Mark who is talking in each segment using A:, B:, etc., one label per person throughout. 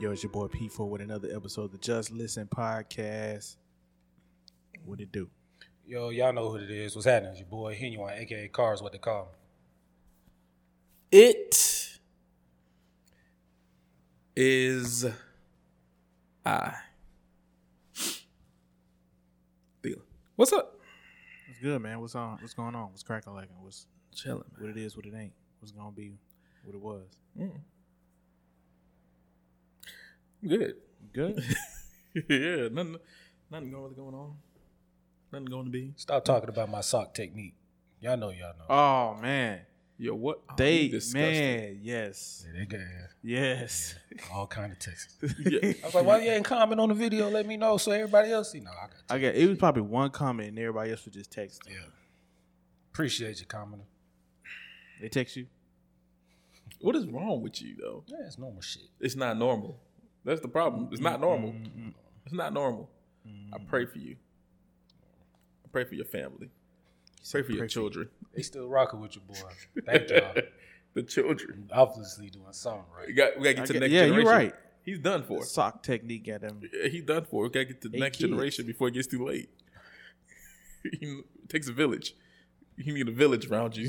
A: It's your boy P4 with another episode of the Just Listen Podcast. What it do?
B: Yo, y'all know what it is. What's happening? It's your boy Henuan, aka Cars, what they call
C: It is I. Thielen. What's up?
A: What's good, man? What's on? What's going on? What's cracking like? What's
C: Chilling.
A: what it is, what it ain't? What's gonna be what it was?
C: Good.
A: Good.
C: yeah, nothing, nothing going really going on. Nothing going to be.
B: Stop talking about my sock technique. Y'all know, y'all know.
A: oh man.
C: Yo, what? Oh, you
A: They
C: disgusting.
A: man, yes.
B: Yeah, they got yeah,
A: Yes.
B: all kind of texts.
C: Yeah.
B: I was like, why you ain't comment on the video? Let me know so everybody else see. No, I got
A: I got it was probably one comment and everybody else was just texting.
B: you. Yeah. Appreciate you commenting.
A: They text you?
C: What is wrong with you though?
B: Yeah, it's normal shit.
C: It's not normal. That's the problem. It's not normal. It's not normal. I pray for you. I pray for your family. Pray for your children.
B: They still rocking with your boy. Thank
A: uh,
B: y'all.
C: the children.
B: Obviously doing something right.
C: We got, we got to get to
A: get-
C: the next
A: yeah, you're
C: generation.
A: right.
C: He's done for.
A: Sock technique at them.
C: Yeah, He's done for. We got to get to the
A: Hey,
C: next
A: kids.
C: generation before it gets too late. He- it takes a village. You need a village around you.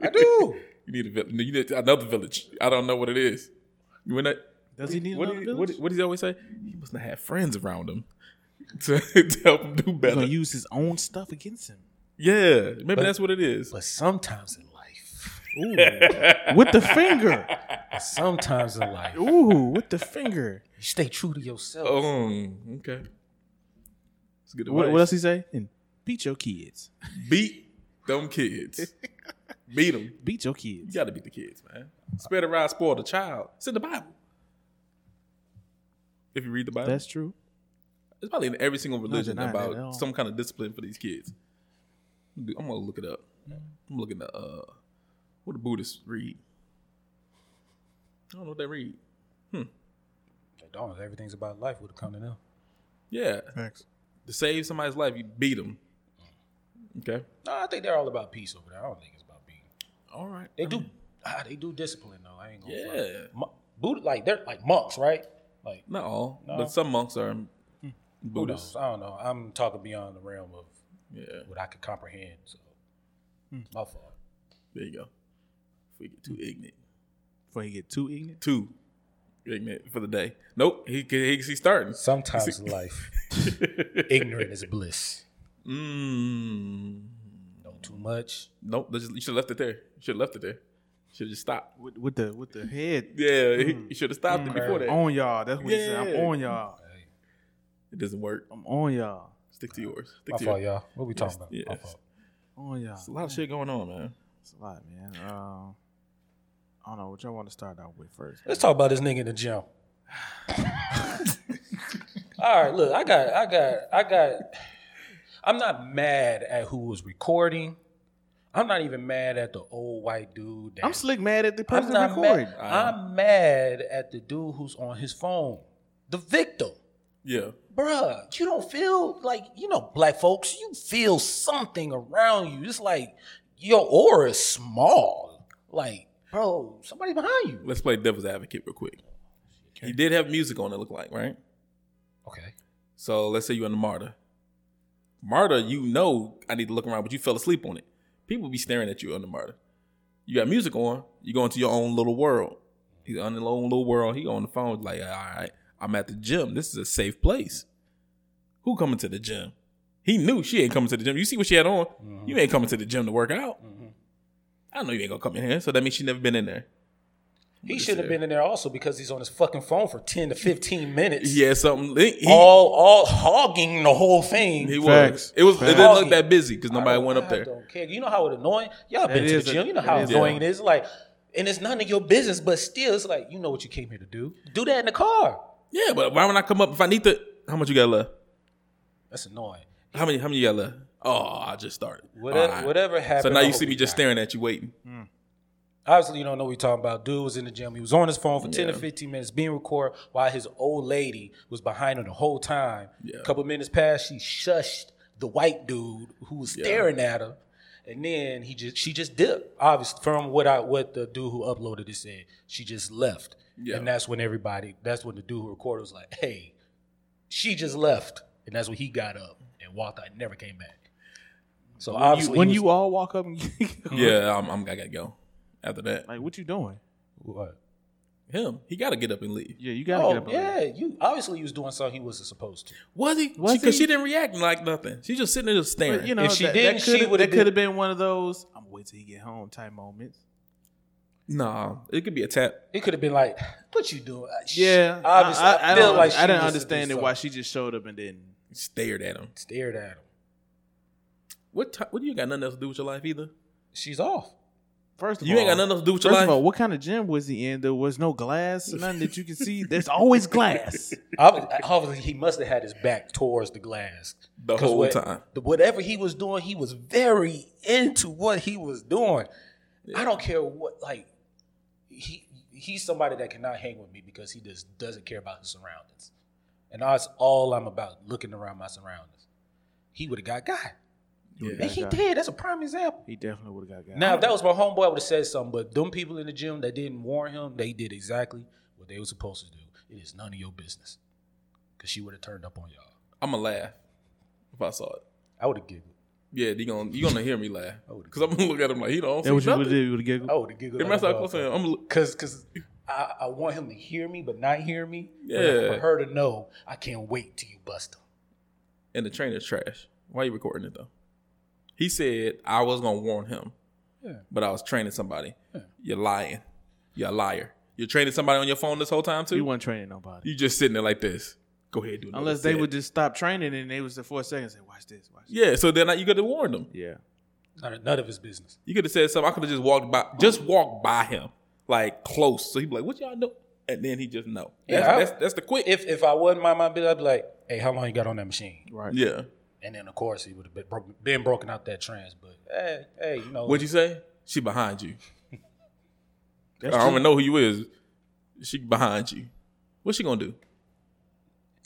B: I do.
C: you need a village. You need another village. I don't know what it is. When I,
A: Does he need
C: what,
A: another
C: do you-
A: village?
C: what, what does he always say? He must not have friends around him to, to help him do
A: He's
C: better.
A: gonna use his own stuff against him.
C: Yeah, maybe that's what it is.
B: But sometimes in life,
A: With the finger.
B: sometimes in life, you
A: Ooh, Oh. with the finger.
B: stay true to yourself.
C: Um, okay. It's good
A: What,
C: advice.
A: what else he say? And beat your kids.
C: Beat them kids. beat them.
A: Beat your
C: You
A: kids.
C: got to beat the kids, man. Spare the rod, spoil the child. It's in the Bible. If you read the Bible,
A: That's true.
C: it's probably in every single religion
A: denying that
C: about
A: at all.
C: some kind of discipline for these kids. Dude, I'm gonna look it up. I'm looking at uh, what the Buddhists read. I don't know what they read.
B: They don't. Everything's about life would have come to them.
C: Yeah,
A: Thanks.
C: to save somebody's life, you beat them. Okay.
B: No, I think they're all about peace over there. I don't think it's about being.
C: All right.
B: They do. Ah, they do discipline though. I ain't gonna.
C: Yeah.
B: Front. Buddha, like they're like monks, right? Like
C: Not all, but some monks are
A: Hmm.
B: who
C: Buddhists.
B: knows? I don't know. I'm talking beyond the realm of
C: Yeah.
B: what I could comprehend. So,
C: Hmm.
B: my fault.
C: There you go. If we get too ignorant,
A: Before he get too ignorant.
C: too ignorant for the day. Nope. He he, he starting.
B: Sometimes in life, ignorant is bliss.
C: Mm.
B: Know too much.
C: Nope. that's just- you should have left it there. You should have left it there. Should have just stopped.
A: With, with the with the head
C: Yeah. He,
B: Mm.
C: you should have stopped it before that.
A: on y'all. That's what he said.
C: Yeah.
A: I'm on y'all.
C: It doesn't work.
A: I'm on y'all.
C: Stick to yours. Stick
B: My
C: to
B: fault,
C: yours.
B: y'all. What we talking about? My
C: yes.
B: fault.
A: On y'all.
C: There's a lot of shit going on, man.
A: It's a lot, man. Um, I don't know what y'all want to start out with first.
B: Let's talk about this nigga in the gym. All right, look, I got, I got, I got. I'm not mad at who was recording. I'm not even mad at the old white dude. That,
A: I'm slick mad at the
B: I'm
A: person
B: not
A: recording.
B: mad. I'm mad at the dude who's on his phone, the victim.
C: Yeah.
B: Bruh, you don't feel like you know, black folks. You feel something around you. It's like your aura is small. Like, bro, somebody behind you.
C: Let's play devil's advocate real quick. He did have music on. It looked like right.
B: Okay.
C: So let's say you're in the MARTA. MARTA, you know I need to look around, but you fell asleep on it. People be staring at you on the MARTA. You got music on, you go into your own little world. He's on his own little world. He on the phone, like, all right, I'm at the gym. This is a safe place. Who coming to the gym? He knew she ain't coming to the gym. You see what she had on?
B: Mm-hmm.
C: You ain't coming to the gym to work out. I know you ain't gonna come in here, so that means she never been in there.
B: He
C: What is
B: should have
C: there?
B: been in there also because he's on his fucking phone for ten to fifteen minutes.
C: Yeah, something. He, he,
B: all all hogging the whole thing.
C: he
A: Facts.
C: was. It was. It didn't
B: Facts.
C: look that busy because
B: I
C: nobody
B: don't-
C: went
B: I
C: up there.
B: Don't care. You know how it annoying. Y'all been
A: It
B: to
A: is
B: the
A: a-
B: gym. You know
A: it
B: how
A: is
B: annoying it is. Like, and it's none of your business. But still, it's like you know what you came here to do. Do that in the car.
C: Yeah, but why would I come up if I need to? How much you got left?
B: That's annoying.
C: How many? How many you got left? Oh, I just started.
B: Whatever,
C: All right.
B: whatever happened.
C: So now
B: I
C: you
B: hope
C: see me
B: you
C: just
B: got it.
C: staring at you, waiting.
B: Obviously, you don't know what you're talking about. Dude was in the gym. He was on his phone for 10 to
C: Yeah.
B: 15 minutes being recorded while his old lady was behind him the whole time.
C: Yeah.
B: A couple minutes passed, she shushed the white dude who was staring at her. And then he just she just dipped. Obviously, from what I what the dude who uploaded it said, she just left.
C: Yeah.
B: And that's when everybody that's when the dude who recorded was like, hey, she just left. And that's when he got up and walked out and never came back. So obviously
A: when
B: he
A: you
B: was-
A: all walk up and
C: Yeah, I'm, I'm, I gotta go. After that,
A: like what you doing?
B: What?
C: him, he gotta get up and leave.
A: Yeah, you gotta get
B: Oh
A: up.
B: yeah, you obviously you was doing something he wasn't supposed to.
C: Was he?
A: Was
C: Because she,
A: he?
C: didn't react like nothing. She just sitting there just staring.
A: But, you know,
B: If she
A: that,
B: didn't, she
A: could
B: would've
A: that could
B: did-
A: have been one of those. I'm wait till he get home type moments.
C: nah, it could be a tap.
B: It could have been like, what you doing? Uh, sh-
A: Yeah,
B: obviously I, feel
A: don't,
B: like
A: I didn't
B: she must have did
A: understand it why
B: something.
A: she just showed up and didn't.
C: Stared at him.
B: stared at him.
C: What? T- what? You ain't got nothing else to do with your life either.
B: She's off.
A: First of
C: You
A: all,
C: ain't got nothing else to do with your
A: First
C: life.
A: of all, what kind of gym was he in? There was no glass, nothing that you can see. There's always glass.
B: Ob- Obviously, he must have had his back towards the glass
C: The
B: 'Cause
C: whole
B: what-
C: time.
B: the- Whatever he was doing, he was very into what he was doing. I don't care what like he he's somebody that cannot hang with me because he just doesn't care about his surroundings, and that's all I'm about looking around my surroundings. He would have got got,
C: Yeah.
B: and he
A: got-
B: did. That's a prime example.
A: He definitely would have got gas.
B: Now, if that was my homeboy, I would have said something. But them people in the gym that didn't warn him, they did exactly what they were supposed to do. It is none of your business, because she would have turned up on y'all.
C: I'ma laugh if I saw it.
B: I would have giggled.
C: Yeah, you gonna you gonna hear me laugh
B: would've-
C: because I'm gonna look at him like he don't see
A: that what you would
C: nothing.
A: have did? You would have giggled.
B: I would have giggled.
C: It messed up. I'm saying, I'm look-
B: Cause, cause I, I want him to hear me, but not hear me. But
C: Yeah.
B: For her to know, I can't wait till you bust him.
C: and the trainer's trash. Why you recording it though? He said I was gonna warn him,
B: Yeah.
C: but I was training somebody. You're lying. You're a liar. You're training somebody on your phone this whole time too.
A: You
C: You,
A: weren't training nobody.
C: just sitting there like this. Go ahead, do
A: Unless
C: another
A: they
C: set.
A: would just stop training and they was there for a second and say, watch this, watch this.
C: Yeah, so then like, you could have warned him.
A: Yeah.
B: None, none of his business.
C: You could have said something. I could have just walked by, just walked by him, like close. So he'd be like, "What y'all know?" And then he just know.
B: Yeah,
C: that's,
B: I-
C: that's that's the quick.
B: If if I wasn't mind my business, I'd be like, "Hey, how long you got on that machine?"
A: Right.
C: yeah.
B: And then of course he would have been, broken been broken out that trance. But hey, hey, you know,
C: What'd you say? She behind you.
A: That's
C: I don't
A: true.
C: even know who you is. She behind you. What's she gonna do?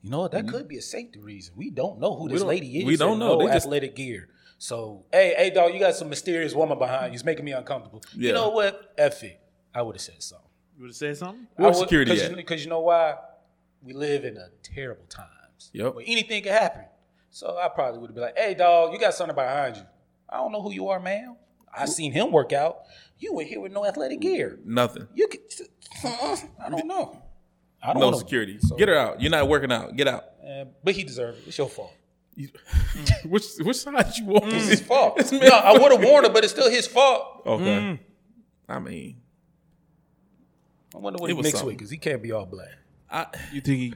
B: You know what? That could be a safety reason. We don't know who this
C: don't-
B: lady is.
C: we don't
B: and
C: know.
B: No
C: They just-
B: athletic gear. So, hey, hey, dog, you got some mysterious woman behind you. It's making me uncomfortable.
C: Yeah.
B: You know what? F it. I would have said something.
A: You would have said something?
C: Where's security
B: Because
C: at?
B: you, kn- 'cause you know why? We live in a terrible times.
C: Yep.
B: Where anything can happen. So I probably would have been like, hey, dog, you got something behind you. I don't know who you are, ma'am. I seen him work out. You were here with no athletic gear.
C: Nothing.
B: You could. uh-uh, I don't know. I don't
C: No
B: know.
C: security. Get her out. You're not working out. Get out.
B: Uh, but he deserved it. It's your fault.
C: You- which which side you want?
A: Mm.
B: It's his fault.
C: It's
B: no,
C: man-
B: I would have warned her, but it's still his fault.
C: Okay. Mm. I mean,
B: I wonder what
C: It
B: he
C: was
B: mixed
C: something.
B: with because he can't be all black.
C: I
A: You think he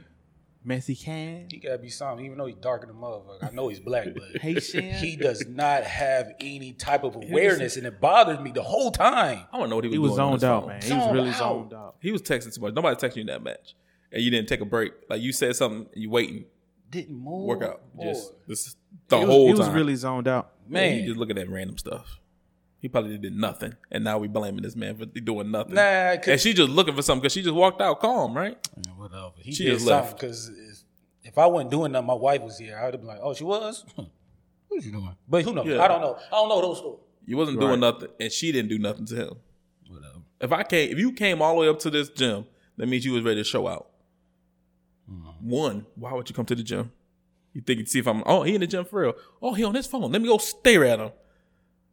A: Mexican?
B: He gotta be something, even though he's darker than motherfucker. I know he's black, but
A: Haitian?
B: he does not have any type of awareness, and it bothered me the whole time.
C: I don't know what he was.
A: he was
C: doing
A: zoned
C: on his
A: out,
C: phone.
A: man. He was really
B: Zoned out.
A: zoned out.
C: He was texting too much. Nobody texted you in that match, and you didn't take a break. Like you said something. You waiting.
B: Didn't move.
C: Work out.
B: Boy.
C: Just this the
A: He was,
C: whole
A: he was
C: time.
A: really zoned out.
C: Man,
B: man.
C: you just looking at random stuff. He probably did nothing, and now we blaming this man for doing nothing.
B: Nah, 'cause-
C: and she just looking for something because she just walked out calm, right?
B: Yeah, whatever. He
C: She
B: did
C: just left.
B: something because if, if I wasn't doing nothing, my wife was here. I would have been like, "Oh, she was." what you doing? But who knows?
C: Yeah.
B: I don't know. I don't know those stories.
C: You wasn't doing nothing, and she didn't do nothing to him.
B: Whatever.
C: If I came, if you came all the way up to this gym, that means you was ready to show out. One, why would you come to the gym? You think you'd see if I'm? Oh, he in the gym for real. Oh, he on his phone. Let me go stare at him.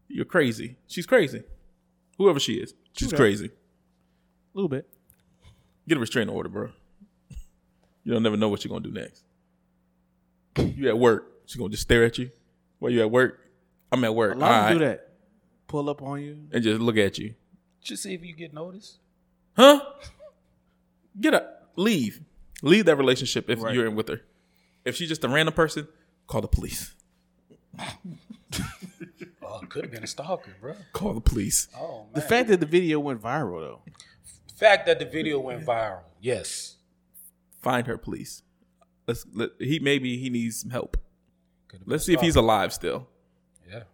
C: You're crazy. She's crazy. Whoever she is, she's
A: Okay.
C: crazy.
A: A little bit.
C: Get a restraining order, bro. You don't never know what you're gonna do next. You at work, she's gonna just stare at you. While you at work, I'm at work.
A: A lot of them
C: All
A: do
C: right.
A: that. Pull up on you.
C: and just look at you.
B: Just see if you get noticed.
C: Huh? Get up. Leave. Leave that relationship if you're in with her. If she's just a random person, call the police.
B: Oh, it could have been a stalker, bro.
C: Call the police.
B: Oh man.
A: The fact that the video went viral though.
B: fact that the video went viral. Yes.
C: Find her, please. Let's let, he maybe he needs some help.
B: Could've
C: Let's see if he's alive still.
B: Yeah.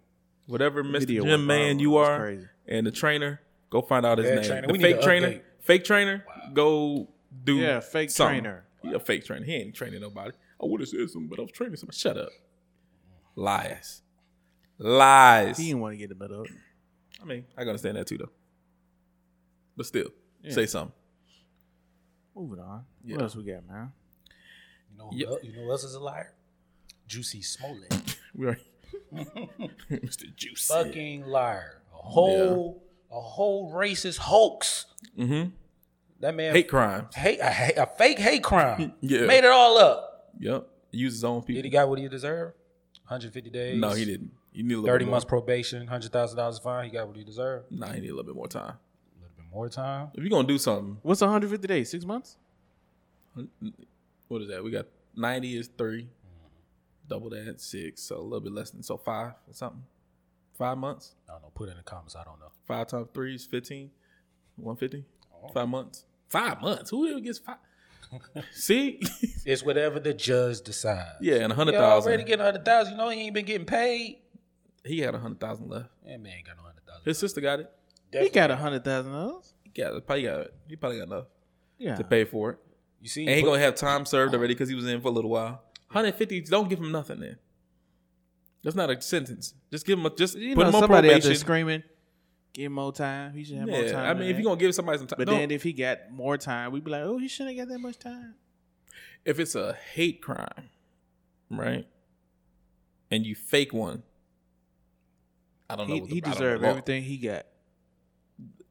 C: Whatever Mr.
A: video
C: Gym
A: went
C: Man
A: viral.
C: you
A: That's
C: are
A: crazy.
C: and the trainer, go find out his
B: Yeah,
C: name.
B: trainer.
C: The
B: We need
C: fake
B: to
C: trainer,
B: update.
C: fake trainer, go do
A: Yeah, fake
C: something.
A: trainer.
C: He a fake trainer. He ain't training nobody. I would have said something, but I was training somebody. Shut up. Lies. Lies.
A: He didn't want to get the bed up.
C: I mean, I can understand that too, though. But still, say something.
A: Moving on.
C: Yeah.
A: What else we got, man?
B: You know, who
C: Yep.
B: el- you know who else is a liar? Juicy Smollett.
C: We are Mr. Juice.
B: Fucking liar. A whole a whole racist hoax.
C: Mm-hmm.
B: That man
C: Hate crimes.
B: hate a, hate- a fake hate crime.
C: Yeah.
B: Made it all up.
C: Yep. Use his own people.
B: Did he got what he deserved? 150 days.
C: no, he didn't. He need a little
B: 30
C: bit
B: months probation, $100,000 fine. He got what he deserved.
C: More. Nah, he need a little bit more time.
B: A little bit more time.
C: If you're gonna do something,
A: What's 150 days? Six months?
C: what is that? We got 90 is three, double that six, so a little bit less than so five or something. Five months.
B: I don't know. Put it in the comments. I don't know.
C: Five times three is 15. 150. Five months. Five months. Who ever gets five? See?
B: It's whatever the judge decides.
C: yeah, and a hundred
B: He already
C: thousand.
B: getting 100000 You know, he ain't been getting paid.
C: He had a hundred thousand left.
B: That man ain't got no 100000
C: His sister got it.
A: He got $100,000.
C: He got probably got he probably got enough
A: Yeah.
C: to pay for it.
B: You see,
C: And he
B: put-
C: gonna have time served already because he was in for a little while. 150, don't give him nothing then. That's not a sentence. Just give him a just
A: You
C: put
A: know,
C: him on
A: somebody out there
C: probation.
A: screaming, give him more time. He should have more
C: Yeah,
A: time.
C: I
A: than
C: mean, if
A: that."
C: you're gonna give somebody some time,
A: But
C: don't-
A: then if he got more time, we'd be like, oh, he shouldn't have got that much time.
C: if it's a hate crime, right, and you fake one, I don't
A: He,
C: know. what the-
A: he
C: I don't know
A: deserved
C: the law.
A: everything he got.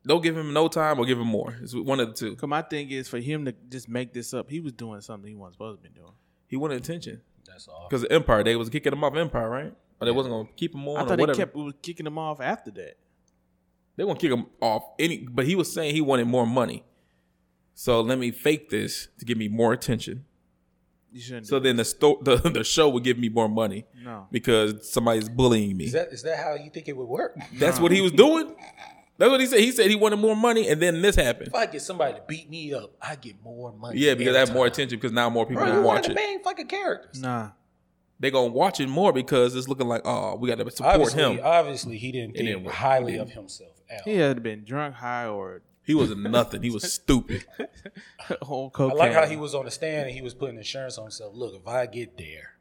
C: Don't give him no time or give him more. It's one of the two.
A: Cause my thing is for him to just make this up, he was doing something he wasn't supposed to be doing.
C: He wanted attention
B: That's all.
C: because the Empire they was kicking him off Empire, right? But they wasn't gonna keep him on.
A: I
C: or
A: thought
C: whatever.
A: they kept was kicking him off after that.
C: They won't kick him off any, but he was saying he wanted more money. So let me fake this to give me more attention.
A: You shouldn't.
C: So
A: do
C: then the sto- the, the show would give me more money
A: it. no,
C: because somebody's bullying me.
B: Is that is that how you think it would work?
C: That's what he was doing. That's what he said. He said he wanted more money, and then this happened.
B: If I get somebody to beat me up, I get more money.
C: Yeah, because I
B: every
C: have more
B: time.
C: attention because now more people
B: Bro,
C: will
B: you one of
C: watch
B: the
C: it.
B: main fucking characters.
A: nah.
C: They're gonna watch it more because it's looking like oh, we got to support
B: Obviously,
C: him.
B: obviously, he didn't
C: It
B: think
C: didn't work.
B: highly
C: It
B: of himself. At all.
A: He had been drunk, high, or
C: He was nothing. He was stupid.
A: on cocaine.
B: I like how he was on the stand and he was putting insurance on himself. Look, if I get there,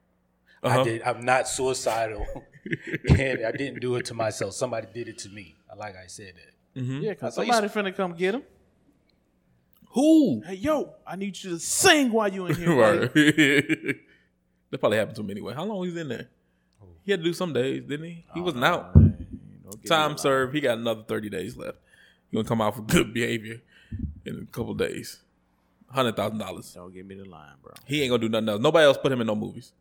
C: Uh-huh.
B: I did. I'm not suicidal, and I didn't do it to myself. Somebody did it to me. I like I said that.
A: Yeah, cause
B: thought you-
A: somebody finna come get him.
C: Who?
A: Hey, yo, I need you to sing while you in here.
C: Right.
A: buddy.
C: that probably happened to him anyway. How long he was in there? He had to do some days, didn't he? He wasn't out. Time served. He got another thirty days left. He gonna come out for good behavior in a couple days. Hundred thousand dollars.
A: Don't give me the line, bro.
C: He ain't gonna do nothing else. Nobody else put him in no movies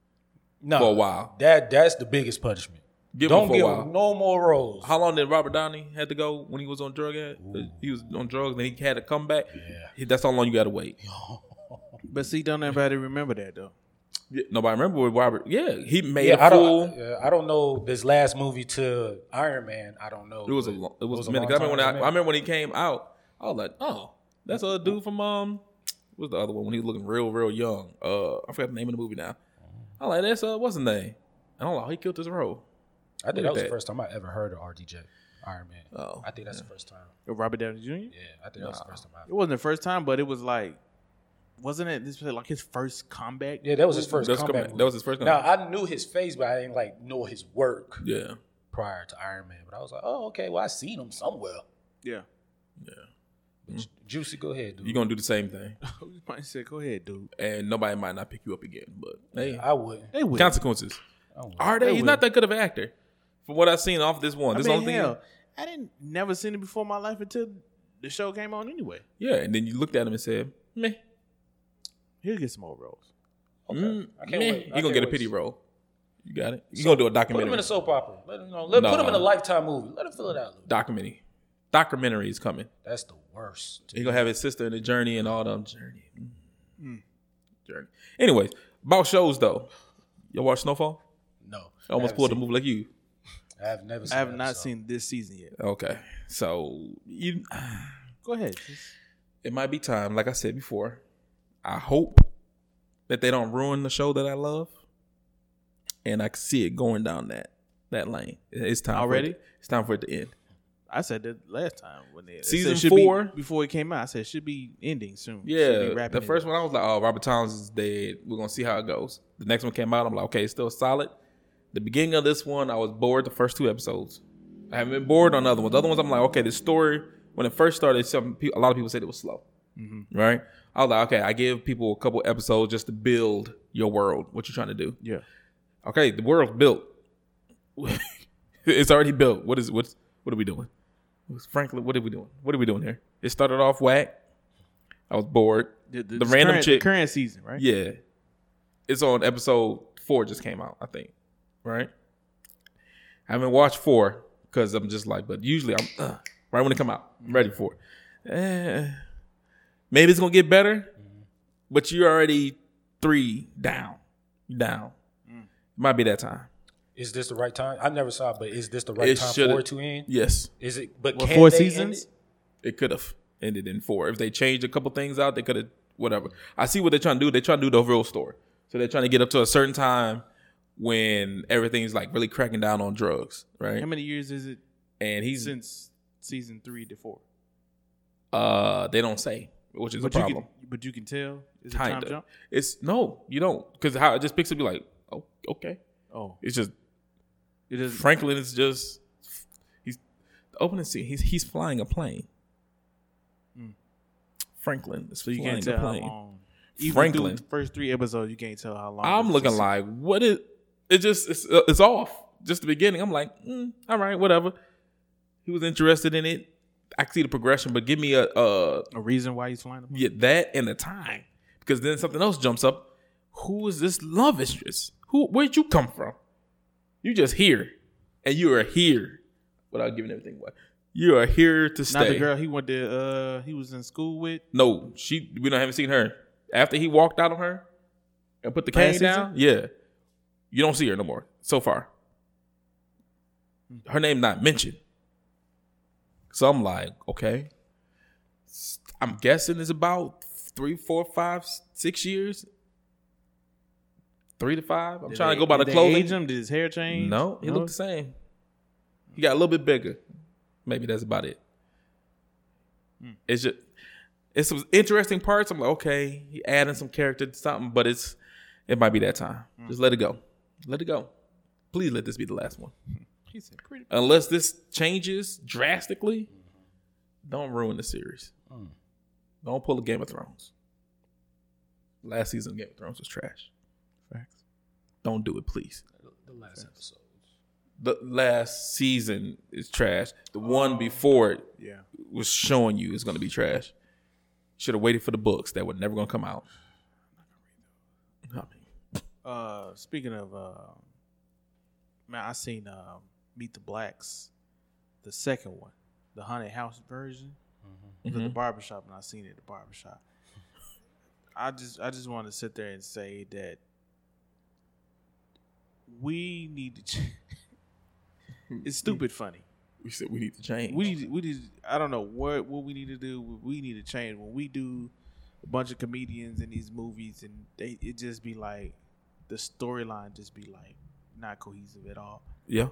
B: No,
C: for a while.
B: that that's the biggest punishment.
C: Give him
B: Don't
C: for a
B: give
C: while.
B: him no more roles.
C: How long did Robert Downey had to go when he was on drug? At? He was on drugs, then he had to come back. Yeah. That's how long you got to wait.
A: But see, don't everybody remember that though.
C: Yeah, Nobody remember with Robert. Yeah, he made
B: Yeah, I
C: a fool.
B: don't. yeah, I don't know this last movie to Iron Man. I don't know.
C: It was a
B: but
C: lo- it was,
B: was
C: a
B: a
C: minute.
B: long
C: 'Cause I remember when I,
B: time
C: I
B: coming.
C: remember when he came out, I was like, oh, that's a dude from um, what's the other one when he was looking real real young? Uh, I forgot the name of the movie now. I like that's uh, what's the name? And I'm like, oh, he killed his role.
B: I think
C: Look at
B: that was
C: that.
B: the first time I ever heard of RDJ Iron Man.
C: Oh,
B: I think that's the first time.
A: Robert Downey Jr.
B: Yeah, I think that was the first time. I
A: It wasn't the first time, but it was like, wasn't it? This was like his first comeback.
B: Yeah, that was his first
C: That's
B: comeback.
C: coming-
B: movie.
C: that was his first
B: Now I knew his face, but I didn't like know his work
C: yeah,
B: prior to Iron Man. But I was like, oh, okay. Well, I seen him somewhere.
A: Yeah.
B: Juicy, go ahead, dude.
C: you're gonna do the same thing,
A: Somebody said, "Go ahead, dude."
C: and nobody might not pick you up again. But hey,
B: I wouldn't.
A: They will.
C: consequences
B: I wouldn't.
C: are they?
A: They
C: He's
A: will.
C: not that good of an actor. From what I've seen off this one,
A: I
C: this
A: mean,
C: only
A: hell,
C: thing.
A: I didn't never seen it before in my life until the show came on. Anyway,
C: Yeah, and then you looked at him and said, meh.
A: he'll get some more roles.
C: Mm,
B: I
C: meh.
B: can't wait.
C: You're
B: I
C: gonna
B: can't
C: get a
B: wait.
C: pity role. You got it. You're gonna do a
B: Put him
C: documentary.
B: in a soap opera. Let him, know. Let, Put him in a
C: Nah.
B: lifetime movie. Let him fill it out. a little.
C: documentary. Documentary is coming.
B: That's the worst.
C: He's gonna have his sister in the journey and all them journey. Mm. Journey. Anyways, about shows though. Y'all watch Snowfall?
B: No,
C: I almost pulled a move like you.
B: I have never. Seen
A: I have
B: that
A: not
B: episode.
A: seen this season yet.
C: Okay. So you,
A: Go ahead. Just-
C: it might be time, like I said before. I hope that they don't ruin the show that I love. And I can see it going down that that lane. It's time
A: Already?
C: For it, it's time for it to end.
A: I said that last time when they I said
C: Season
A: it should be-
C: four?
A: before it came out. I said it should be ending soon. Should be
C: Yeah,
A: wrapping
C: the first
A: it up.
C: one I was like, "Oh, Robert Towns is dead. We're gonna see how it goes." The next one came out, I'm like, "Okay, it's still solid." The beginning of this one, I was bored the first two episodes. I haven't been bored on the other ones. The other ones, I'm like, okay, the story when it first started, some people, a lot of people said it was slow,
A: Mm-hmm.
C: right? I was like, okay, I give people a couple episodes just to build your world, what you're trying to do.
A: Yeah.
C: Okay, the world's built. it's already built. What is what's what are we doing? Frankly, what are we doing? What are we doing here? It started off whack. I was bored.
A: The, the,
C: The random
A: current,
C: chick-
A: current season, right?
C: Yeah. It's on episode four just came out, I think. Right? I haven't watched four because I'm just like, but usually I'm uh, right when it come out. I'm ready for it. Eh, maybe it's gonna get better, but you're already three down. Down. Might be that time.
B: Is this the right time? I never saw, it, but is this the right
C: It
B: time
C: shoulda-
B: for it to end?
C: Yes.
B: Is it? But
A: What,
B: can
A: four
B: they end
A: seasons?
B: it?
C: It could have ended in four. If they changed a couple things out, they could have whatever. I see what they're trying to do. They're trying to do the real story. So they're trying to get up to a certain time when everything's like really cracking down on drugs, right?
A: How many years is it
C: And he's
A: since season three to four?
C: uh they don't say, which is
A: But
C: a
A: you
C: problem.
A: can, but you can tell. Is it time
C: Kinda.
A: jump?
C: It's no, you don't, because how it just picks up. You like, oh, okay.
A: Oh,
C: It's just
A: it is.
C: Franklin is just he's the opening scene. He's he's flying a plane.
A: Hmm.
C: Franklin, so you can't even
A: tell how
C: plane.
A: long. Even through
C: Franklin.
A: the first three episodes, you can't tell how long.
C: I'm
A: it's-
C: looking like what is it just it's, uh, it's off just the beginning. I'm like, mm, all right, whatever. He was interested in it. I can see the progression, but give me a uh
A: a reason why he's flying. Them.
C: yeah, that and the time because then something else jumps up. Who is this love interest? Who where'd you come from? You just here and you are here without giving everything away. You are here to stay.
A: Not the girl he went to. Uh, he was in school with.
C: No, she. We don't haven't seen her after he walked out on her and put the cane
A: Last
C: down. Yeah, you don't see her no more so far. Her name not mentioned. So I'm like, okay. S- I'm guessing it's about three, four, five, s- six years. Three to five. I'm
A: Did
C: trying
A: they-
C: to go by the
A: did they
C: clothing.
A: Age him? Did his hair change?
C: No, he looked the same. He got a little bit bigger. Maybe that's about it.
A: Hmm.
C: It's just it's some interesting parts. I'm like, okay, he adding some character to something, but it's it might be that time.
A: Hmm.
C: Just let it go. Let it go. Please let this be the last one.
A: He said, pretty.
C: Unless this changes drastically, don't ruin the series.
A: Hmm.
C: Don't pull a Game of Thrones. Last season of Game of Thrones was trash.
A: Facts.
C: Don't do it, please.
B: The last episode.
C: the last season is trash. The one before it
A: Yeah.
C: was showing you it's gonna be trash. Should have waited for the books that were never gonna come out. I mean,
A: Uh, speaking of, uh, man, I seen um, Meet the Blacks, the second one, the haunted house version,
B: Mm-hmm.
A: It
C: Mm-hmm.
A: was at the barbershop, and I seen it at the barbershop. I just, I just want to sit there and say that we need to. Ch- it's stupid funny.
C: we said we need to change.
A: We need, we need, I don't know what what we need to do. We need to change when we do a bunch of comedians in these movies, and they it just be like the storyline just be like not cohesive at all.
C: yeah,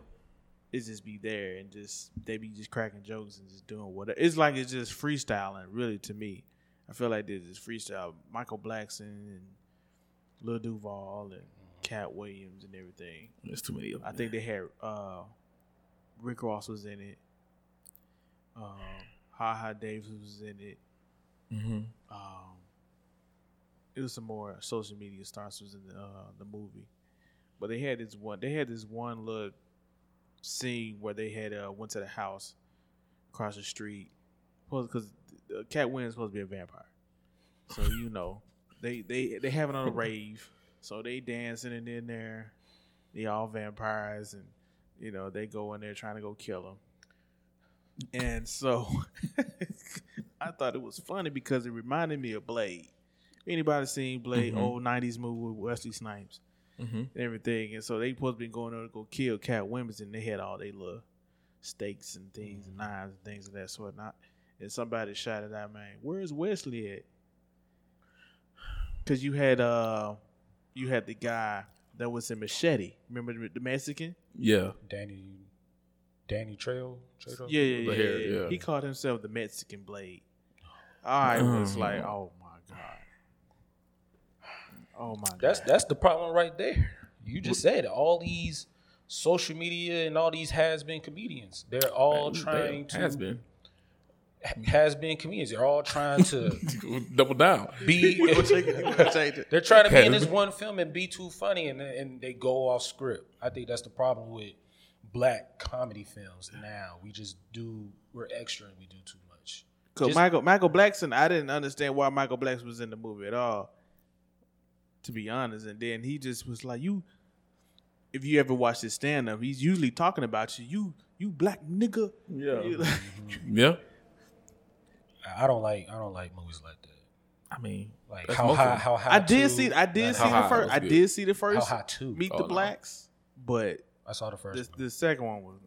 A: It just be there and just they be just cracking jokes and just doing whatever. It's like it's just freestyling, really. To me, I feel like this is freestyle. Michael Blackson and Lil Duval and Cat Williams and everything.
C: there's too many of them.
A: I think they had uh, Rick Ross was in it. Um, ha Ha Davis was in it.
C: Mhm.
A: Um, it was some more social media stars was in the, uh, the movie, but they had this one. They had this one little scene where they had uh, went to the house across the street because Cat Williams supposed to be a vampire, so you know they they they having on a rave, so they dancing and in there, they all vampires and you know they go in there trying to go kill them. And so I thought it was funny because it reminded me of Blade. Anybody seen Blade,
C: Mhm.
A: old nineties movie with Wesley Snipes
C: Mhm.
A: and everything? And so they supposed to be going over to go kill Cat Williams, and they had all they little stakes and things and knives and things of that sort. And, I, and somebody shouted out, "Man, where's Wesley at?" Because you had uh, you had the guy that was in Machete. Remember the- the Mexican?
C: Yeah,
B: Danny, Danny Trail. Trail
A: Yeah, yeah,
C: The
A: yeah,
C: hair,
A: yeah.
C: yeah.
A: He called himself the Mexican Blade. I was
C: Mm.
A: like, oh my god, oh my
B: That's
A: god.
B: that's the problem right there. You just said all these social media and all these has been comedians. They're all trying to
C: has been
B: has been comedians. They're all trying to
C: double down.
B: be.
A: We're gonna take it. We're gonna change it.
B: They're trying to be in
C: Has
B: this one film and be too funny, and and they go off script. I think that's the problem with black comedy films now. We just do we're extra and we do too much.
A: Cause
B: Just-
A: Michael Michael Blackson, I didn't understand why Michael Blackson was in the movie at all. To be honest, and then he just was like, "You, if you ever watch his stand up, he's usually talking about you. You, you black nigga. You-
C: Yeah,
A: like,
C: yeah.
B: I- I don't like I don't like movies like that.
C: I mean,
B: Like
C: That's
B: how
C: most of
B: high,
C: them.
B: how high
A: I did
B: to-
A: see, I did
B: not
A: see
B: How
A: the
C: High
A: first,
C: was
A: I
C: good.
A: did see the
B: How
A: first
B: high two?
A: Meet
C: Oh,
A: the
C: no.
A: Blacks, but
B: I saw the first.
A: the,
B: one.
A: the second one was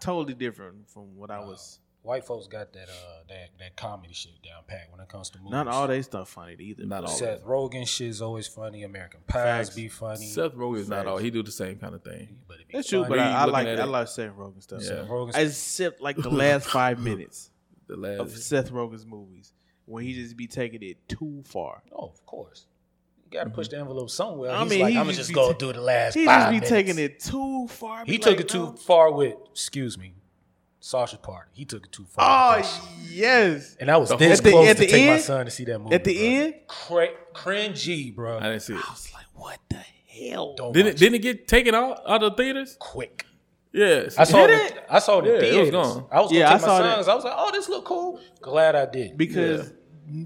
A: totally different from what I was.
B: White folks got that uh that that comedy shit down pat when it comes to movies.
A: Not all they stuff funny either.
C: Not
A: but-
C: all.
B: Seth Rogen shit is always funny. American Pies
A: Facts.
B: be funny.
C: Seth Rogen is not all. He do the same kind of thing.
B: but it be
A: That's true,
B: funny.
A: but
C: Are you
A: I, I
C: looking
A: like
C: at
A: I
C: it?
A: like Seth Rogen stuff.
C: Yeah.
A: so-
B: Seth Rogen's
A: Except like the last five minutes.
C: The
A: of
C: last
A: Seth Rogen's movies when he just be taking it too far.
B: Oh, of course. You gotta push the envelope somewhere.
A: Mm-hmm. I
B: He's
A: mean,
B: like,
A: he
B: I'm
A: just
B: just
A: be
B: gonna
A: ta-
B: do the last.
A: He
B: five
A: just be
B: minutes.
A: taking it too far.
B: He
A: Be
B: took
A: like,
B: it too
A: no.
B: far with, excuse me, Sasha Park. He took it too far. with that shit.
A: Oh yes.
B: and I was
C: the
B: this
A: whole- At the-
B: close
A: at
B: to
A: the
B: take my
A: end?
B: son to see that movie.
A: At the
B: bro.
A: end,
B: Cra- cringy, bro.
C: I didn't see it.
A: I was like, "What the hell?"
B: Don't
C: Didn't
B: watch
C: it, didn't it get taken out out of theaters?
B: quick.
C: Yeah,
B: I saw
A: Did
B: it. I saw it. in
C: Yeah, it was
B: theaters.
C: gone.
B: I was gonna
A: Yeah, I
B: take my
A: saw that.
B: sons. I was like, oh, this look cool. Glad I did.
A: because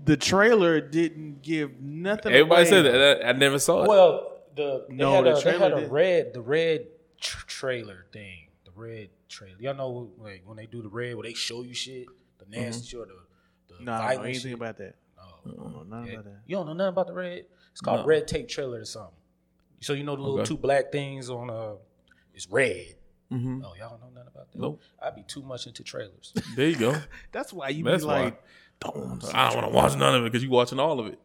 A: the trailer didn't give nothing.
C: Everybody
A: away.
C: said that. I, I never saw it.
B: Well, the they
A: No,
B: had
A: the
B: a, they
A: trailer
B: had a
A: did.
B: red the red tr- trailer thing, the red trailer. Y'all know like when they do the red, where they show you shit, the nasty shit, or the, the
A: No, Mm-hmm. I don't know
B: violent
A: anything
B: shit.
A: about that.
B: No.
A: I don't know nothing about that.
B: You don't know nothing about the red. It's called
C: No.
B: red tape trailer or something. So you know the little
C: Okay.
B: two black things on uh, it's red.
A: Mm-hmm.
C: Mhm.
B: Oh, y'all don't know nothing about that.
C: Nope.
B: I be too much into trailers.
C: There you go.
A: That's why you
C: That's
A: be
C: why.
A: like, "Don't want to
C: I don't want to watch none of it because you watching all of it.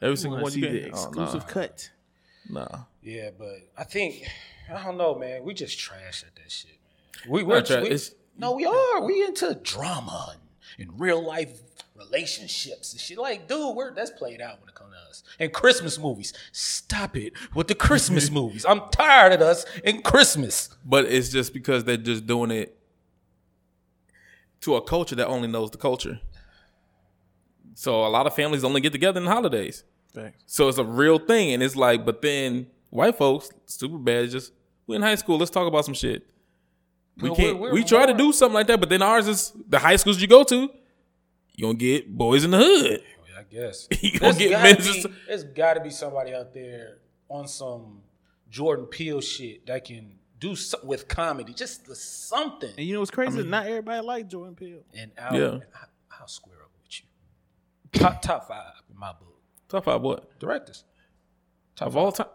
C: Every single one
A: see
C: you get.
B: Oh,
A: the exclusive cut."
C: nah. nah.
B: yeah, but I think I don't know, man. We just trash at that shit, man. We
C: Not
B: we're
C: tra-
B: we-
C: it's-
B: No, we are. We into drama and, and real life relationships and shit. Like, dude, we're that's played out when it comes to us. And Christmas movies. Stop it with the Christmas movies. I'm tired of us in Christmas.
C: But it's just because they're just doing it to a culture that only knows the culture. So a lot of families only get together in holidays.
A: Thanks.
C: So it's a real thing, and it's like, but then white folks, super bad, is just we in high school. Let's talk about some shit. We
B: No, we're-
C: can't.
B: we're
C: we try to
B: more-
C: do something like that, but then ours is the high schools you go to. You gonna get boys in the hood.
B: I guess.
C: You gonna
B: There's
C: get
B: gotta,
C: men's-
B: be, there's gotta be somebody out there on some Jordan Peele shit that can do something with comedy. Just with something.
A: And you know what's crazy? Not everybody liked Jordan Peele.
B: And I'll,
C: Yeah.
B: and I, I'll square up with you. Top, top five in my book.
C: Top five what
B: Directors. Top
C: of all time?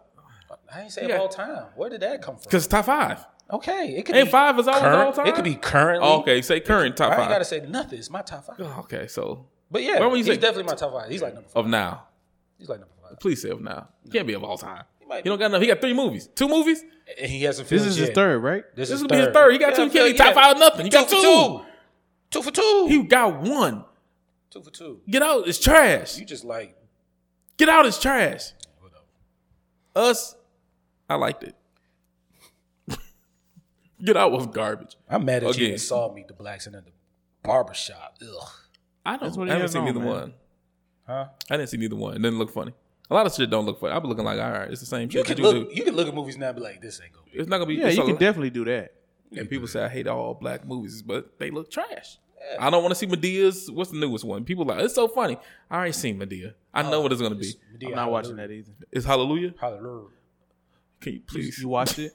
B: I ain't say
C: Yeah.
B: of all time. Where did that come from?
C: Because top five.
B: Okay, it could
C: Ain't
B: be
C: five is always
B: current.
C: all time.
B: It could be currently.
C: Oh, okay, say current top
B: I ain't gotta
C: five.
B: say nothing. It's my top five.
C: Oh, okay, so
B: But yeah,
C: Why would you
B: he's
C: say-
B: definitely my top five. He's like number five.
C: of now.
B: He's like number five.
C: Please say of now. Can't be of all time. He,
B: might
C: don't got enough. He got three movies, two movies.
B: And he hasn't.
A: This
B: finished
A: is
B: yet.
A: his third, right?
B: This,
C: This will be his third. He got two. He can't- he top five nothing. He got
B: for
C: two.
B: Two for two.
C: He got one.
B: two for two.
C: Get out. It's trash.
B: You just like
C: Get out. It's trash.
B: whatever.
C: Us, I liked it. Get out was garbage.
B: I'm mad at you.
C: Again.
B: even saw me the blacks in the barbershop. Ugh.
C: I don't.
A: That's what he
C: I haven't
A: has
C: seen
A: on,
C: neither
A: man.
C: one.
B: Huh?
C: I didn't see neither one. It didn't look funny. A lot of shit don't look funny. I be looking like, all right, it's the same
B: You
C: shit
B: can
C: that you
B: look.
C: do.
B: You can look at movies now and be like, this ain't gonna be.
C: It's not gonna be.
A: Yeah,
C: it's
A: you
C: a-
A: can definitely do that.
C: and people say I hate all black movies, but they look trash. I don't want to see Medea's. What's the newest one? People like it's so funny. I already seen Medea. I know what it's gonna be.
B: Medea,
A: I'm not watching
B: hallelujah.
A: that either.
C: It's Hallelujah.
B: Hallelujah.
C: Can you please?
A: You watched it?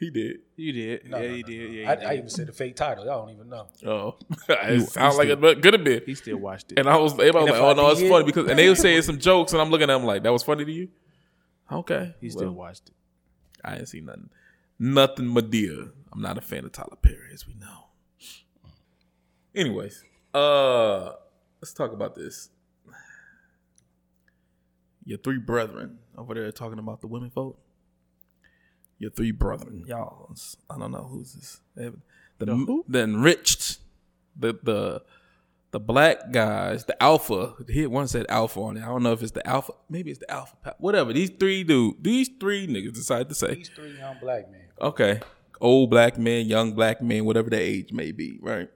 C: He did.
A: You did.
B: No,
A: yeah,
B: no,
A: you
B: no,
A: did.
B: no.
A: Yeah, you
B: I,
A: did.
B: I even said the fake title. Y'all don't even know.
C: Oh, it sounds like
A: still-
C: it, but could have been.
A: he still watched it.
C: And I was, everybody was
B: And
C: like,
B: if
C: "Oh
B: I
C: no, it's
B: did-
C: funny," because and they were saying some jokes, and I'm looking at them like, "That was funny to you?" Okay,
A: He still
C: well,
A: watched it.
C: I ain't seen nothing, nothing Medea. I'm not a fan of Tyler Perry, as we know. Anyways, uh, let's talk about this. Your three brethren over there talking about the women vote. Your three brethren, y'all. I don't know who's this. They- The,
A: The who?
C: the enriched, the the the black guys, the alpha. He one said alpha on it. I don't know if it's the alpha. Maybe it's the alpha. pa- Whatever. These three dude. These three niggas decided to say
B: These three young black men.
C: okay, old black men, young black men, whatever the age may be, right?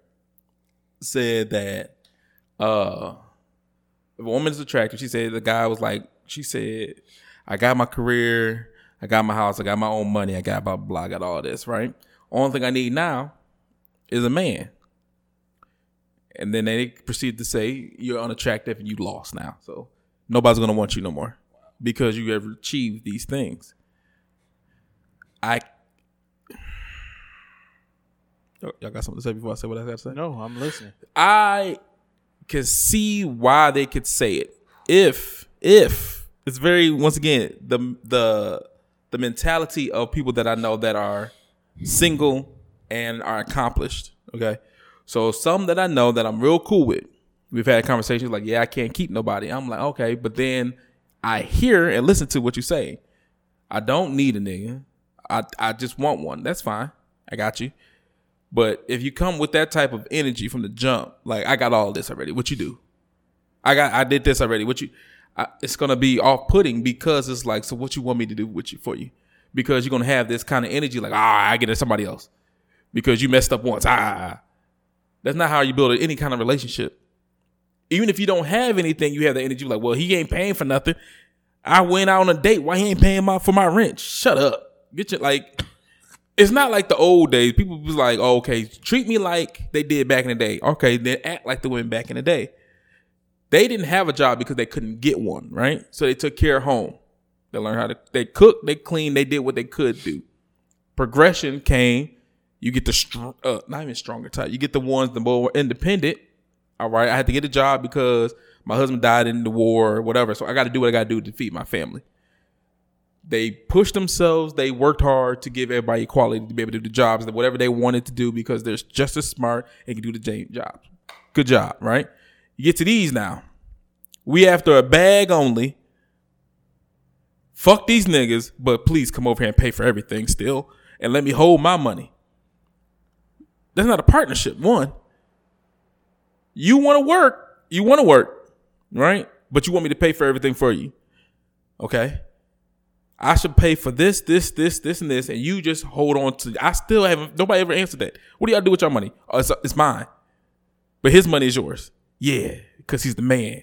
C: Said that uh if a woman's attractive. She said the guy was like, she said, I got my career, I got my house, I got my own money, I got blah blah, I got all this, right? Only thing I need now is a man. And then they proceed to say, You're unattractive and you lost now. So nobody's gonna want you no more. Because you have achieved these things. I Y'all Oh, y'all got something to say before I say what I got to say?
A: No, I'm listening.
C: I can see why they could say it. If if it's very once again the the the mentality of people that I know that are single and are accomplished. Okay, so some that I know that I'm real cool with. We've had conversations like, yeah, I can't keep nobody. I'm like, okay, but then I hear and listen to what you say. I don't need a nigga. I I just want one. That's fine. I got you. But if you come with that type of energy from the jump, like I got all this already, what you do? I got I did this already. What you? I, it's gonna be off putting because it's like, so what you want me to do with you for you? Because you're gonna have this kind of energy, like ah, I get it, somebody else. Because you messed up once, ah. That's not how you build any kind of relationship. Even if you don't have anything, you have the energy like, well, he ain't paying for nothing. I went out on a date. Why he ain't paying my for my rent? Shut up. Get your like it's not like the old days. People was like, oh, okay, treat me like they did back in the day. Okay, then act like the women back in the day. They didn't have a job because they couldn't get one, right? So they took care of home. They learned how to they cook, they clean, they did what they could do. Progression came. You get the str- uh, not even stronger type. You get the ones the more independent. All right, I had to get a job because my husband died in the war or whatever. So I got to do what I got to do to feed my family they pushed themselves they worked hard to give everybody equality to be able to do the jobs that whatever they wanted to do because they're just as smart and can do the same job good job right you get to these now we after a bag only fuck these niggas but please come over here and pay for everything still and let me hold my money that's not a partnership one you want to work you want to work right but you want me to pay for everything for you okay I should pay for this, this, this, this, and this, and you just hold on to. I still haven't. Nobody ever answered that. What do y'all do with your money? Oh, it's, it's mine, but his money is yours. Yeah, because he's the man.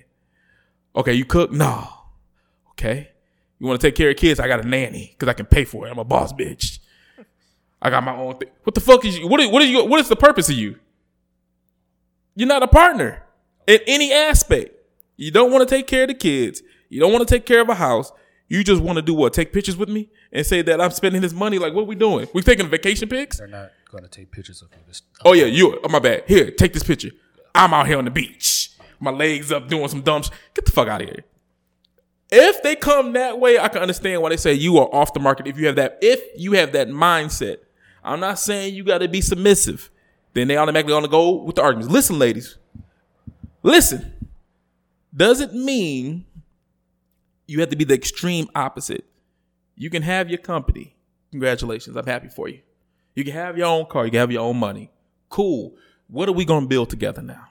C: Okay, you cook? No. Okay, you want to take care of kids? I got a nanny because I can pay for it. I'm a boss bitch. I got my own thing. What the fuck is you? What is, what is you? What is the purpose of you? You're not a partner in any aspect. You don't want to take care of the kids. You don't want to take care of a house. You just want to do what? Take pictures with me and say that I'm spending his money. Like, what we doing? We taking vacation pics?
B: They're not going to take pictures of you. This,
C: Oh yeah, you. Oh my bad. Here, take this picture. I'm out here on the beach, my legs up, doing some dumb. Sh- Get the fuck out of here. If they come that way, I can understand why they say you are off the market. If you have that, if you have that mindset, I'm not saying you got to be submissive. Then they automatically on to go with the arguments. Listen, ladies, listen. Does it mean you have to be the extreme opposite? You can have your company. Congratulations, I'm happy for you. You can have your own car. You can have your own money. Cool. What are we gonna build together now?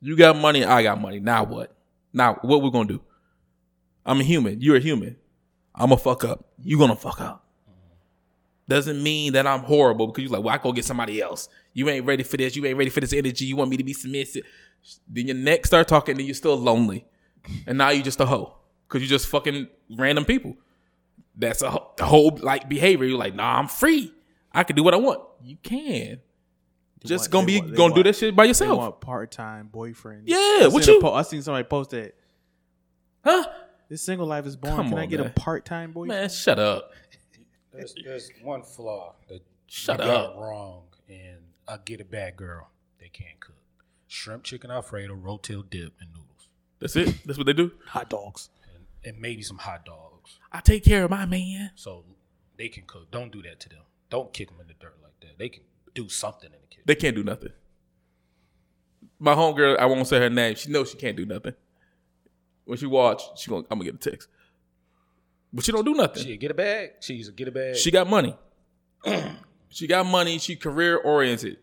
C: You got money. I got money. Now what? Now what we gonna do? I'm a human. You're a human. I'm gonna fuck up. You gonna fuck up. Doesn't mean that I'm horrible because you're like, well, I go get somebody else. You ain't ready for this. You ain't ready for this energy. You want me to be submissive. Then your neck start talking, then you're still lonely, and now you just a hoe because you just fucking random people that's a ho- whole like behavior. You're like, nah, I'm free. I can do what I want. You can.
A: want-
C: Just gonna
A: they
C: be
A: want- they
C: gonna do
A: want-
C: that shit by
A: They
C: yourself,
A: want part time boyfriends.
C: Yeah,
A: I
C: what
A: seen a
C: you-
A: Po- I seen somebody post that.
C: huh?
A: This single life is boring.
C: Come
A: Can I
C: on,
A: get
C: man.
A: a part time boyfriend?
C: Man, shut up,
B: there's, there's one flaw that
C: shut
B: you
C: up.
B: got wrong, and I get a bad girl. They can't cook shrimp, chicken alfredo, rotel dip, and noodles,
C: That's it. That's what they do.
A: Hot dogs.
B: and, and maybe some hot dogs.
C: I take care of my man.
B: So they can cook. Don't do that to them. Don't kick them in the dirt like that. They can do something in the kitchen.
C: They can't do nothing. My homegirl, I won't say her name. She knows she can't do nothing. When she watch, she going I'm gonna get a text. But she don't do nothing.
B: She get a bag. She used to get a bag.
C: She got money. she got money. She career oriented.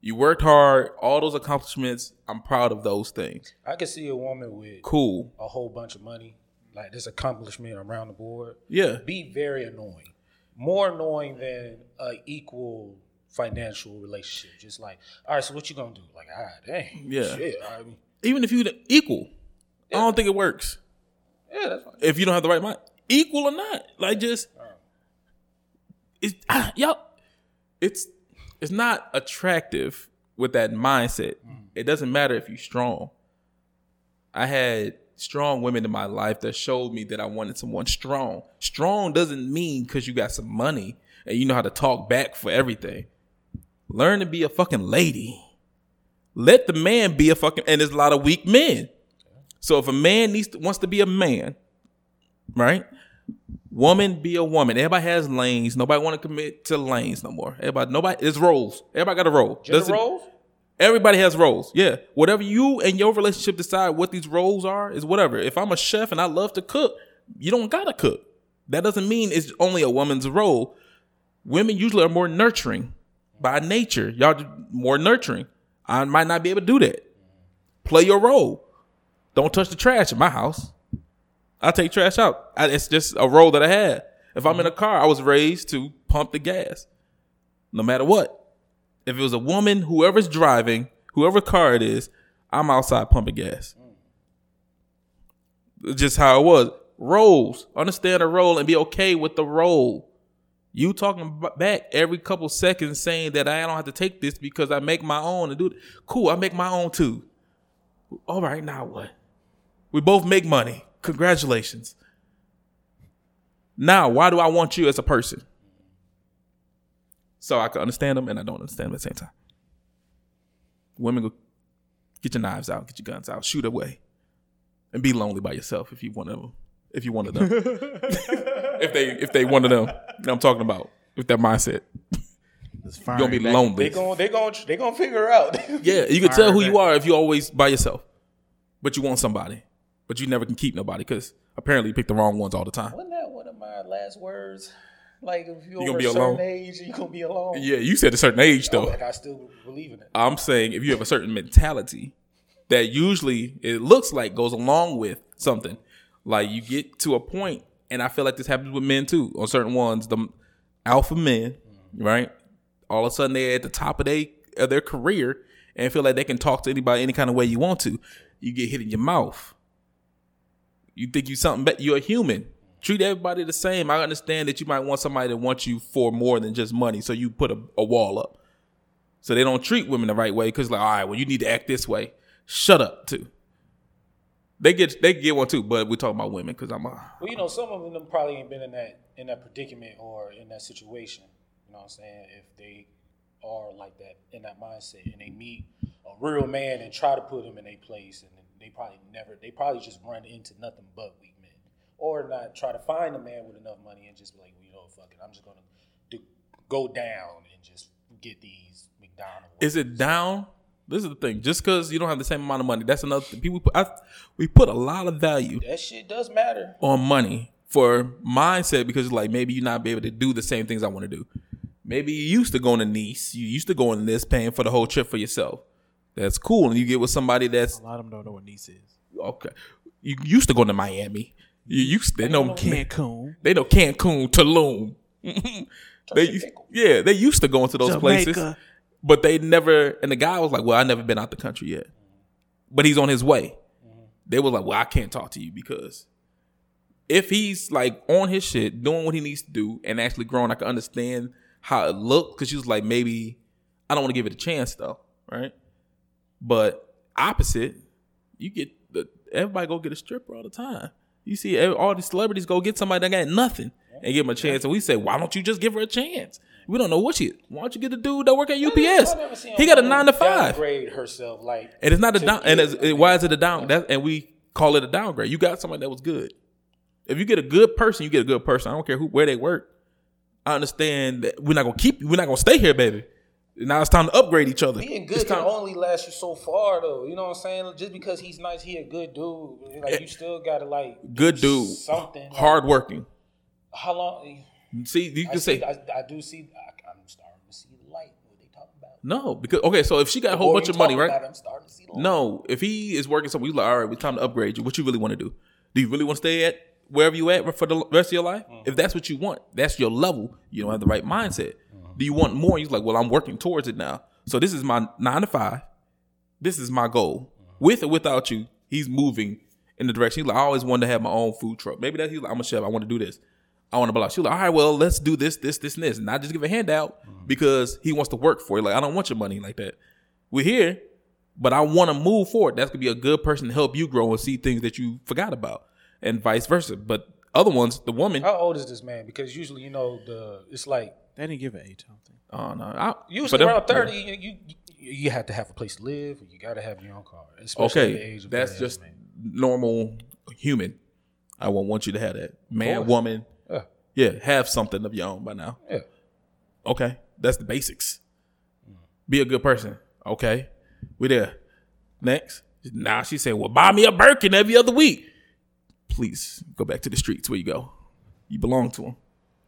C: You worked hard. All those accomplishments. I'm proud of those things.
B: I can see a woman with
C: Cool.
B: a whole bunch of money, like this accomplishment around the board,
C: Yeah.
B: be very annoying. more annoying than a equal financial relationship. Just like, all right, so what you gonna do? Like, ah, dang,
C: Yeah.
B: shit. I mean,
C: Even if you the equal, I don't think it works.
B: yeah, that's fine.
C: If you don't have the right mind, equal or not, like just it's ah, y'all. It's it's not attractive with that mindset. It doesn't matter if you're strong. I had strong women in my life that showed me that I wanted someone strong. Strong doesn't mean because you got some money and you know how to talk back for everything. Learn to be a fucking lady. Let the man be a fucking and there's a lot of weak men. So if a man needs to, wants to be a man, right? Woman be a woman. Everybody has lanes. Nobody want to commit to lanes no more. Everybody, nobody. It's roles. Everybody got a role.
B: Gender
C: Doesn't-
B: roles?
C: Everybody has roles. Yeah. Whatever you and your relationship decide what these roles are is whatever. If I'm a chef and I love to cook, you don't gotta cook. That doesn't mean it's only a woman's role. Women usually are more nurturing by nature. Y'all d- more nurturing. I might not be able to do that. Play your role. Don't touch the trash in my house. I take trash out. I, it's just a role that I had. If I'm in a car, I was raised to pump the gas, no matter what if it was a woman, whoever's driving, whoever car it is, I'm outside pumping gas. Just how it was. Roles. Understand a role and be okay with the role. You talking b- back every couple seconds saying that I don't have to take this because I make my own and do it. Cool, I make my own too. All right, now what? We both make money. Congratulations. Now, why do I want you as a person? So I can understand them and I don't understand them at the same time. Women go get your knives out, get your guns out, shoot away. And be lonely by yourself if you one of them. If you one of them. if they if they one of them. You know what I'm talking about. With that mindset.
A: It's
C: You're gonna be
A: firing back-
B: They
C: lonely.
B: gonna they gonna they gonna figure out.
C: Yeah, you can tell who
A: Firing
C: you are if you always by yourself. But you want somebody. But you never can keep nobody because apparently you pick the wrong ones all the time.
B: Wasn't that one of my last words? Like if you're
C: gonna
B: over
C: be
B: a certain
C: alone?
B: age, you gonna be alone.
C: Yeah, you said a certain age though.
B: Like I still believe in it.
C: I'm saying if you have a certain mentality that usually it looks like goes along with something, like you get to a point, and I feel like this happens with men too. On certain ones, the alpha men, right? All of a sudden they're at the top of their of their career and feel like they can talk to anybody any kind of way you want to. You get hit in your mouth. You think you something, but you're a human. Treat everybody the same. I understand that you might want somebody that wants you for more than just money, so you put a, a wall up. So they don't treat women the right way because like, all right, well, you need to act this way. Shut up, too. They get they get one too, but we're talking about women because I'm a
B: Well, you know, some of them probably ain't been in that in that predicament or in that situation. You know what I'm saying? If they are like that in that mindset and they meet a real man and try to put him in a place and they probably never they probably just run into nothing but weak men. Or not try to find a man with enough money and just be like, well, you know, fuck it. I'm just gonna do, go down and just get these McDonald's.
C: is it down? This is the thing. Just because you don't have the same amount of money, that's another thing. People put I, we put a lot of value
B: that shit does matter.
C: on money for mindset because like maybe you're not be able to do the same things I want to do. Maybe you used to going to Nice, you used to going to this, paying for the whole trip for yourself. That's cool, and you get with somebody that's
A: A lot of them don't know what niece is.
C: Okay. You used to go to Miami. You used to they know
A: Cancun,
C: they know Cancun, Tulum. they used, yeah, they used to go into those places,
A: Jamaica.
C: but they never. And the guy was like, "Well, I never been out the country yet," but he's on his way. They was like, "Well, I can't talk to you because if he's like on his shit, doing what he needs to do, and actually growing, I can understand how it looked." Because she was like, "Maybe I don't want to give it a chance though, right?" But opposite, you get the, everybody go get a stripper all the time. You see ev- all these celebrities go get somebody that got nothing and give them a chance. And we say, why don't you just give her a chance? We don't know what she. Why don't you get the dude that work at
B: I never
C: UPS?
B: seen
C: He got a
B: woman
C: nine to five,
B: Downgrade herself like
C: and it's not a
B: to
C: down. And
B: get
C: it's,
B: a
C: it, why is it a down? That and we call it a downgrade. You got somebody that was good. If you get a good person, you get a good person. I don't care who where they work. I understand that we're not gonna keep. We're not gonna stay here, baby. Now it's time to upgrade each other.
B: Being
C: It's
B: good can
C: time-
B: only last you so far, though. You know what I'm saying? Just because he's nice, he a good dude. Like you still gotta like
C: good
B: do
C: dude,
B: something.
C: hard working.
B: How long?
C: See, you
B: I
C: can
B: see.
C: say
B: I, I do see. I, I'm starting to see light. What they talking about?
C: no because okay. So if she got a whole
B: Or
C: bunch
B: you
C: of money,
B: talking
C: right?
B: about it, I'm starting to see light.
C: No, if he is working somewhere, you like, all right, it's time to upgrade you. What you really want to do? Do you really want to stay at wherever you at for the rest of your life, if that's what you want, that's your level. You don't have the right mindset. Do you want more? You're like, well, I'm working towards it now. So this is my nine to five. This is my goal. With or without you, he's moving in the direction. He's like, I always wanted to have my own food truck. Maybe that's he's like, I'm a chef. I want to do this. I want to block. She's like, all right, well, let's do this, this, this, and this. Not just give a handout
B: Mm-hmm.
C: because he wants to work for it. Like, I don't want your money like that. We're here, but I want to move forward. That's gonna be a good person to help you grow and see things that you forgot about, and vice versa. But other ones, the woman. Oh,
B: How old is this man? Because usually, you know, the it's like
A: They didn't give an age, I don't think.
C: oh, no, I,
B: usually
C: but them-
B: around thirty, you, you you have to have a place to live. You got to have your own car, especially the
C: Okay,
B: age of
C: that's
B: that,
C: just
B: man.
C: normal human. I won't want you to have that man,
B: course.
C: woman.
B: Yeah.
C: Yeah, have something of your own by now.
B: yeah.
C: Okay, that's the basics. Be a good person. Okay, we there. Next, now she said, "Well, buy me a Birkin every other week." Please go back to the streets where you go. You belong to them.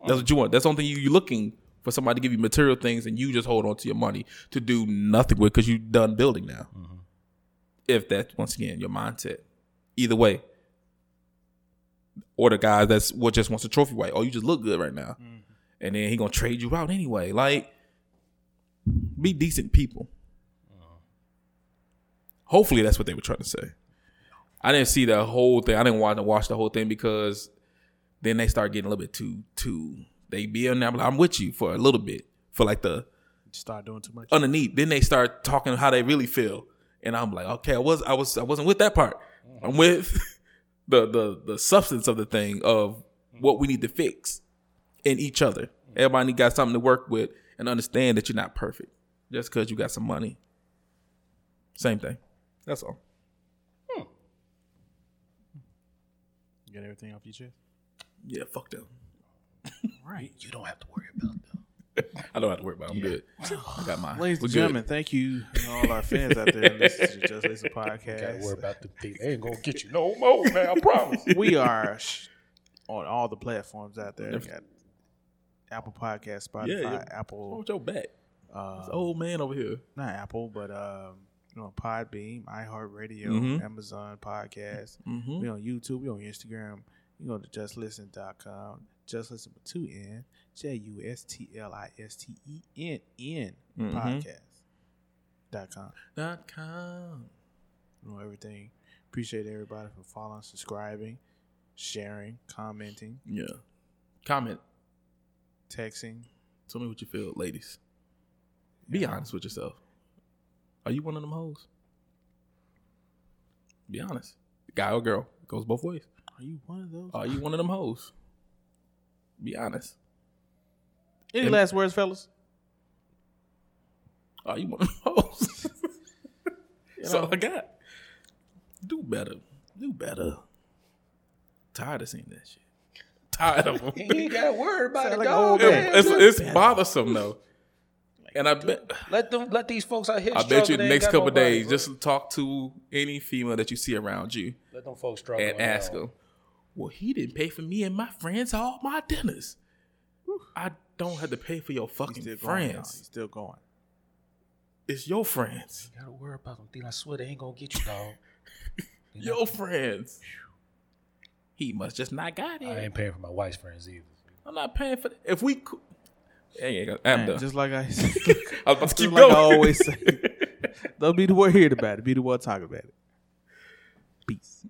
C: That's what you want. That's the only thing you, you're looking for somebody to give you material things, and you just hold on to your money to do nothing with because you're done building now. If that's once again your mindset, either way, or the guys that's what just wants a trophy wife. Oh, you just look good right now and then he gonna trade you out anyway. Like, be decent people. Hopefully, that's what they were trying to say. I didn't see the whole thing. I didn't want to watch the whole thing because then they start getting a little bit too too. They be on there. I'm with you for a little bit for like the
A: Just started doing too much.
C: underneath. Then they start talking how they really feel, and I'm like, okay, I was, I was, I wasn't with that part. I'm with the the the substance of the thing of what we need to fix in each other. Everybody need- got something to work with and understand that you're not perfect just because you got some money. Same thing. That's all.
A: You got everything off your chest?
C: Yeah, fuck them.
A: Right.
B: You don't have to worry about them.
C: I don't have to worry about. it. I'm good. I got mine.
A: Ladies
C: We're
A: and
C: good.
A: gentlemen, thank you and all our fans out there. This is the Just Listen
B: Got to worry
A: podcast.
B: about them. people. They ain't gonna get you no more, man. I promise.
A: We are sh- on all the platforms out there. We got Apple Podcast, Spotify,
C: Yeah, yeah.
A: Apple,
C: Hold your back.
A: uh,
C: This old man over here.
A: not Apple, but um, you know, Podbeam, iHeartRadio,
C: Mhm.
A: Amazon Podcast.
C: Mm-hmm.
A: We on YouTube. We on Instagram. You go to justlisten.com. Just listen with two N. J U S T L I S T E N N
C: Mhm.
A: podcast dot com.
C: Dot com.
A: You know everything. Appreciate everybody for following, subscribing, sharing, commenting,
C: Yeah. Comment.
A: texting.
C: Tell me what you feel, ladies. Be honest with yourself. Are you one of them hoes? Be honest. Guy or girl. It goes both ways.
A: Are you one of those?
C: Are you one of them hoes? Be honest.
A: Any
C: and-
A: last words, fellas?
C: Are you one of them hoes? That's all I got. Do better. Do better. Tired of seeing that shit. Tired of them.
B: you ain't got to worry about it,
A: like
B: dog.
A: old man.
B: man.
C: it's, it's bothersome though. And I bet
B: Let them. Let these folks out here.
C: I bet
B: struggle. They
C: you the
B: ain't
C: next
B: got
C: couple
B: nobody,
C: days,
B: bro.
C: just talk to any female that you see around you
B: let them folks struggle
C: and ask them, Well, he didn't pay for me and my friends all my dinners. I don't have to pay for your
A: He's
C: fucking
A: still going. y'all. He's
C: friends.
A: still going.
C: It's your friends.
B: Gotta worry about them. Thing I swear they ain't gonna get you, dog.
C: Your friends. He must just not got
B: I
C: it.
B: ain't paying for my wife's friends either.
C: I'm not paying for if we cou- Hey, I'm
A: Man,
C: done.
A: just like I,
C: I was about to
A: just
C: keep
A: like I
C: going.
A: always say, don't be the one hearing about it. Be the one talking about it. Peace.